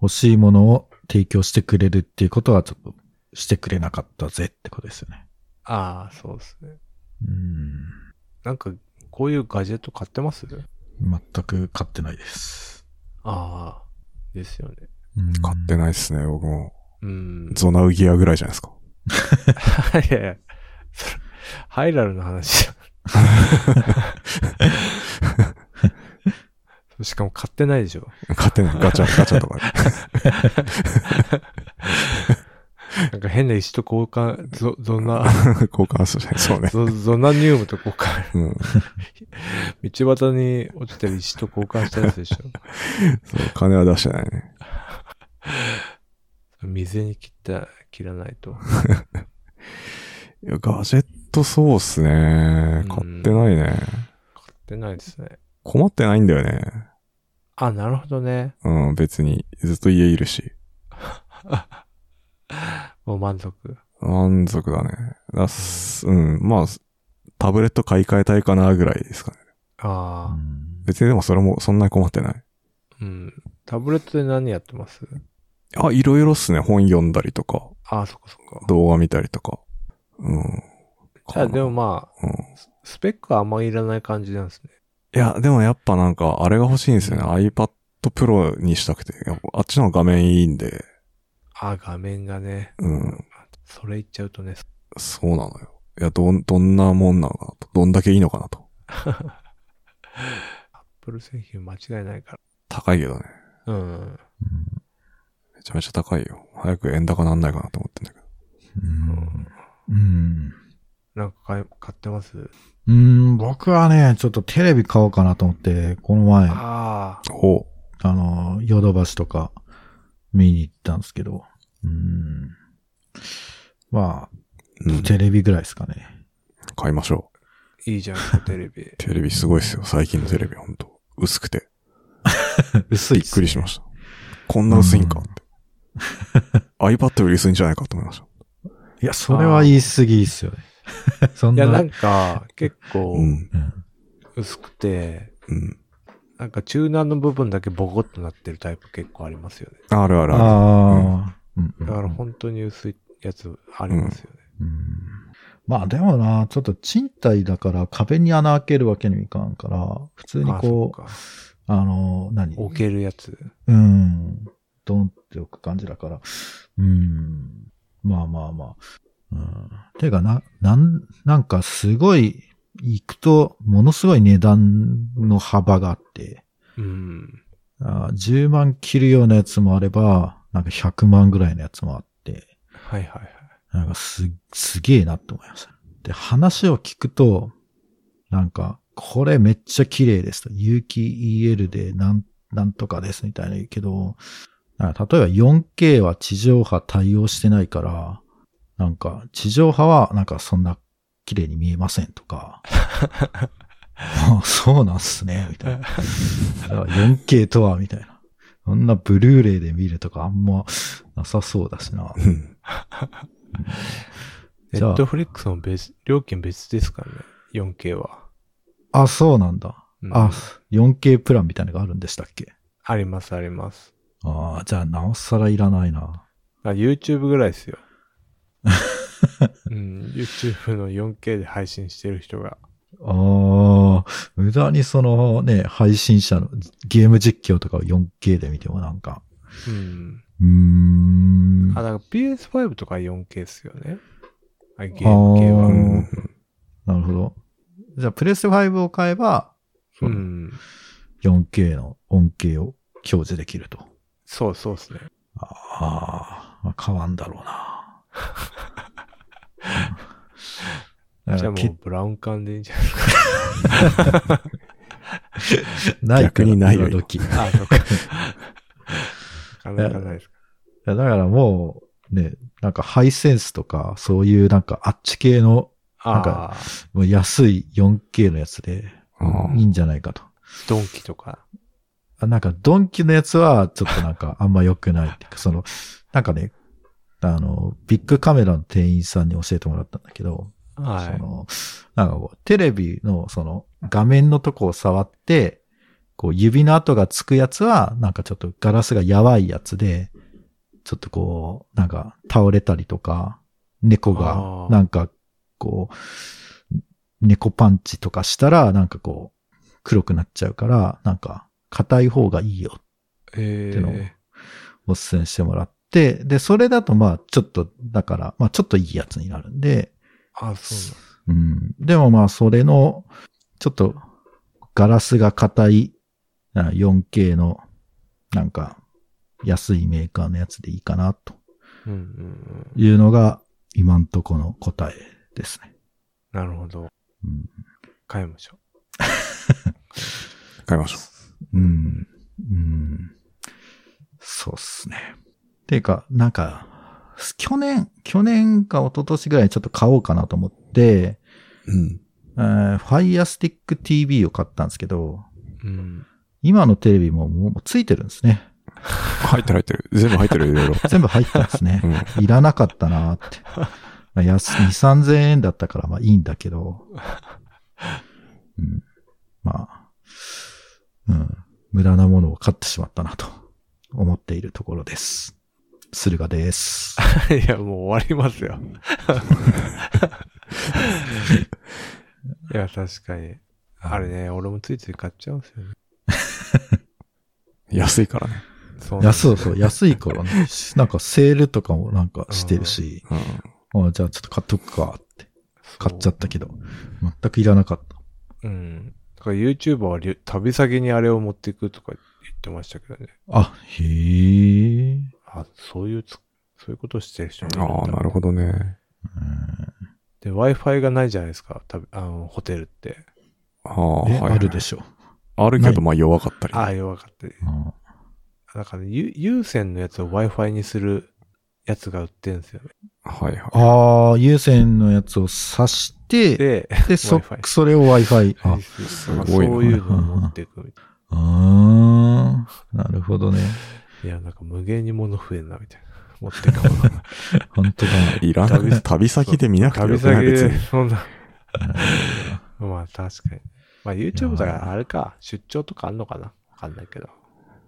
Speaker 2: 欲しいものを提供してくれるっていうことはちょっとしてくれなかったぜってことですよね。
Speaker 1: ああ、そうですね。
Speaker 2: うん。
Speaker 1: なんか、こういうガジェット買ってます
Speaker 2: 全く買ってないです。
Speaker 1: ああ、ですよね。
Speaker 2: うん
Speaker 3: 買ってないっすね、僕も。
Speaker 1: うん。
Speaker 3: ゾナウギアぐらいじゃないですか。
Speaker 1: いやいや、それ、ハイラルの話じゃん。しかも買ってないでしょ。
Speaker 3: 買ってない。ガチャ、ガチャとかね。
Speaker 1: なんか変な石と交換、ゾゾ ナ、
Speaker 3: 交換するじゃない。そうね。
Speaker 1: ゾゾナニウムと交換、
Speaker 3: うん。
Speaker 1: 道端に落ちてる石と交換したやつでしょ。
Speaker 3: そう、金は出してないね。
Speaker 1: 水に切った、切らないと。
Speaker 3: いや、ガジェットそうっすね。買ってないね。
Speaker 1: 買ってないですね。
Speaker 3: 困ってないんだよね。
Speaker 1: あ、なるほどね。
Speaker 3: うん、別に。ずっと家いるし。
Speaker 1: もう満足。
Speaker 3: 満足だね。だすうん、まあ、タブレット買い替えたいかなぐらいですかね。
Speaker 2: う
Speaker 1: ああ、
Speaker 2: ん
Speaker 3: 別にでもそれもそんなに困ってない。
Speaker 1: うん。タブレットで何やってます
Speaker 3: あ、いろいろっすね。本読んだりとか、
Speaker 1: ああ、そっかそっか。
Speaker 3: 動画見たりとか。うん。
Speaker 1: いや、でもまあ、
Speaker 3: うん。
Speaker 1: スペックはあんまいらない感じなんですね。
Speaker 3: いや、でもやっぱなんか、あれが欲しいんですよね。iPad Pro にしたくて。やっぱあっちの方が画面いいんで。
Speaker 1: あ、画面がね。
Speaker 3: うん。
Speaker 1: それ言っちゃうとね。
Speaker 3: そうなのよ。いや、どん、どんなもんなのかなと。どんだけいいのかなと。
Speaker 1: アップル製品間違いないか
Speaker 3: 高いけどね。
Speaker 1: ら。うん。
Speaker 3: めちゃめちゃ高いよ。早く円高なんないかなと思ってんだけど。
Speaker 2: うんうん
Speaker 1: なんか買い買ってます、
Speaker 2: うん、僕はね、ちょっとテレビ買おうかなと思って、この前、あ
Speaker 1: ああ、
Speaker 3: おう
Speaker 2: の、ヨドバシとか見に行ったんですけど、うん。ま
Speaker 3: う
Speaker 2: あ、
Speaker 3: ん。
Speaker 2: テレビぐらいですかね。
Speaker 3: 買いましょう。
Speaker 1: いいじゃん、テレビ。
Speaker 3: テレビすごいっすよ。最近のテレビ、ほんと。薄くて。
Speaker 2: 薄い
Speaker 3: びっくりしました。こんな薄いんか って。iPad より薄いんじゃないかと思いました。
Speaker 2: いや、それは言い過ぎです よね。 そん
Speaker 1: い
Speaker 2: な。
Speaker 1: や、なんか、結構
Speaker 3: うん。
Speaker 2: うん
Speaker 1: 薄くて、
Speaker 3: うん。
Speaker 1: なんかチューナーの部分だけボコッとなってるタイプ結構ありますよね。
Speaker 3: あるあるあ
Speaker 2: ああ、うん
Speaker 1: だから本当に薄いやつありますよね。
Speaker 2: うんまあでもな、ちょっと賃貸だから壁に穴開けるわけにもいかんから、普通に
Speaker 1: あ
Speaker 2: こ、
Speaker 1: そうっか
Speaker 2: あの、何
Speaker 1: 置けるやつ。
Speaker 2: うん。ドンって置く感じだから。うん。まあまあまあ。うん。てかな、なん、なんかすごい、行くと、ものすごい値段の幅があって、
Speaker 1: うん。
Speaker 2: あー10万切るようなやつもあれば、なんか100万ぐらいのやつもあって、
Speaker 1: はいはいはい。
Speaker 2: なんかす、すげえなって思いました。で、話を聞くと、なんか、これめっちゃ綺麗ですと。有機 EL でなん、なんとかですみたいな言うけど、なんか例えば 4K は地上波対応してないから、なんか、地上波はなんかそんな綺麗に見えませんとか。 あそうなんすね、みたいな。だから 4K とは、みたいな。そんなブルーレイで見るとかあんまなさそうだしな。
Speaker 3: うん。
Speaker 1: ネ
Speaker 2: じゃあ
Speaker 1: ットフリックスも別、料金別ですからね。4K は。
Speaker 2: あ、そうなんだ。
Speaker 1: うん
Speaker 2: あ、4K プランみたいなのがあるんでしたっけ
Speaker 1: ありますあります。
Speaker 2: ああ、じゃあなおさらいらないな。
Speaker 1: あ YouTube ぐらいです よ。うん、YouTube の 4K で配信してる人が。
Speaker 2: ああ、無駄にそのね、配信者のゲーム実況とかを 4K で見てもなんか、
Speaker 1: うん。
Speaker 2: うーん。
Speaker 1: あ、
Speaker 2: な
Speaker 1: だから PS5 とか 4K っすよね。あ、ゲー
Speaker 2: あ
Speaker 1: ム
Speaker 2: ー
Speaker 1: 系
Speaker 3: う
Speaker 1: は。
Speaker 3: ん。
Speaker 2: るほど。じゃあプレステ5を買えば、
Speaker 1: う
Speaker 2: その
Speaker 1: ん。
Speaker 2: 4K の恩恵を享受できると。
Speaker 1: そうそうですね。
Speaker 2: ああ、まあ、変わんだろうな。 うんだ
Speaker 1: じ
Speaker 2: か
Speaker 1: ゃあ
Speaker 2: ら
Speaker 1: も
Speaker 2: け
Speaker 1: うブラウン管でいいんじゃないですか。
Speaker 2: ないから
Speaker 3: 逆にないよ
Speaker 2: 今時
Speaker 1: あ、そうか。なかなかないですか。
Speaker 2: やだからもう、ね、なんかハイセンスとか、そういうなんかあっち系の、なんか
Speaker 1: ああ、
Speaker 2: もう安い 4K のやつで、
Speaker 3: うん
Speaker 2: いいんじゃないかと。
Speaker 1: ドンキとか。
Speaker 2: あなんか、ドンキのやつは、ちょっとなんか、あんま良くないっていうか、その、なんかね、あの、ビッグカメラの店員さんに教えてもらったんだけど、そ
Speaker 1: は
Speaker 2: の、なんかこう、テレビのその画面のとこを触って、こう指の跡がつくやつは、なんかちょっとガラスがやばいやつで、ちょっとこう、なんか倒れたりとか、猫
Speaker 1: あ
Speaker 2: が
Speaker 1: ー
Speaker 2: なんかこう、猫パンチとかしたら、なんかこう、黒くなっちゃうから、なんか硬い方がいいよ
Speaker 1: い。え
Speaker 2: ての
Speaker 1: え
Speaker 2: おすすめしてもらって、で、それだとまあちょっと、だから、まあちょっといいやつになるんで、
Speaker 1: あ、そう
Speaker 2: うん。でもまあ、それの、ちょっと、ガラスが硬い、あ 4K の、なんか、安いメーカーのやつでいいかな、と
Speaker 1: なんだ。うんうんうん。
Speaker 2: いうのが、今んとこの答えですね。
Speaker 1: なるほど。
Speaker 2: うん。
Speaker 1: 買いましょ
Speaker 3: 買いましょ
Speaker 2: うん。うん。そうっすね。ていうか、なんか、去年、去年か一昨年ぐらいにちょっと買おうかなと思って、
Speaker 3: う。うん。
Speaker 2: えー Fire Stick TV を買ったんですけど、
Speaker 1: う。うん。
Speaker 2: 今のテレビももうついてるんですね。
Speaker 3: 入ってる入ってる。全部入ってる、い ろいろ。
Speaker 2: 全部入ったんですね
Speaker 3: う。ん。
Speaker 2: いらなかったなって。まあ、安、2、3000円だったからまあいいんだけど。うん、まあ、うん、無駄なものを買ってしまったなと思っているところです。駿河です。
Speaker 1: いや、もう終わりますよ。いや、確かに。あれね、俺もついつい買っちゃうんですよね。
Speaker 3: 安いからね。
Speaker 1: そなんで
Speaker 2: 安そう
Speaker 1: す
Speaker 2: そ
Speaker 1: よ
Speaker 2: う、安いからね。なんかセールとかもなんかしてるし、
Speaker 3: うん。
Speaker 2: あじゃあちょっと買っとくかって買っちゃっ。た
Speaker 1: そ
Speaker 2: けど、全くいらなかった。
Speaker 1: ううん。だから YouTuber はり旅先にあれを持っていくとか言ってましたけどね。
Speaker 2: あ、へえ。
Speaker 1: あ、そういうつ、そういうことしてる人
Speaker 3: ああ、なる
Speaker 1: ど。
Speaker 3: ほどね。
Speaker 2: うん
Speaker 1: で、Wi-Fi がないじゃないですか、旅あの、ホテルって。
Speaker 3: ああ、はい
Speaker 2: え、
Speaker 3: はい。
Speaker 2: あるでしょ
Speaker 3: あるけど、まあ弱かったり。
Speaker 1: ああ、弱かったり。
Speaker 2: うん
Speaker 1: だから、ゆ有線のやつを Wi-Fi にするやつが売ってるんですよね。
Speaker 3: はいはい。
Speaker 2: ああ、有線のやつを挿して、
Speaker 1: で、
Speaker 2: で、そ
Speaker 1: Wi-Fi、
Speaker 2: それを Wi-Fi。あ、
Speaker 1: す
Speaker 3: ごいな
Speaker 1: そういうのを持っていくみたいう
Speaker 2: ーん。なるほどね。
Speaker 1: な。いや、なんか無限に物増えんな、みたいな。持っていくものが。
Speaker 2: 本 当だ。
Speaker 3: いら
Speaker 1: 旅
Speaker 3: な旅先で見なくて
Speaker 1: 旅
Speaker 3: よくな
Speaker 1: 先
Speaker 3: い別
Speaker 1: で、
Speaker 3: に。
Speaker 1: そんな。
Speaker 2: うん
Speaker 1: まあ、確かに。まあ、YouTube だから、あれか、出張とかあんのかなわかんないけど。わ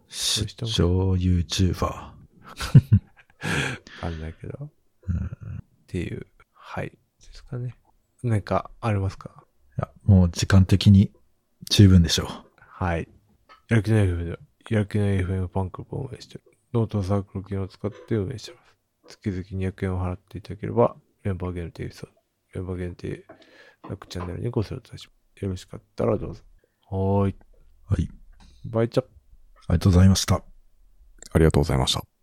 Speaker 2: 出張 YouTuber。
Speaker 1: かんないけど。っていう、はい。ですかね。何かありますか
Speaker 2: いや、もう時間的に十分でしょう。
Speaker 1: はい。やる気ない FM では、やる気ない FM パンクルを運営してる。ノートのサークル機能を使って運営しています。月々200円を払っていただければ、メンバー限定エピソード、メンバー限定楽チャンネルにご招待します。よろしかったらどうぞ。はーい。
Speaker 2: はい。
Speaker 1: バイチャップ
Speaker 2: ありがとうございました。
Speaker 3: ありがとうございました。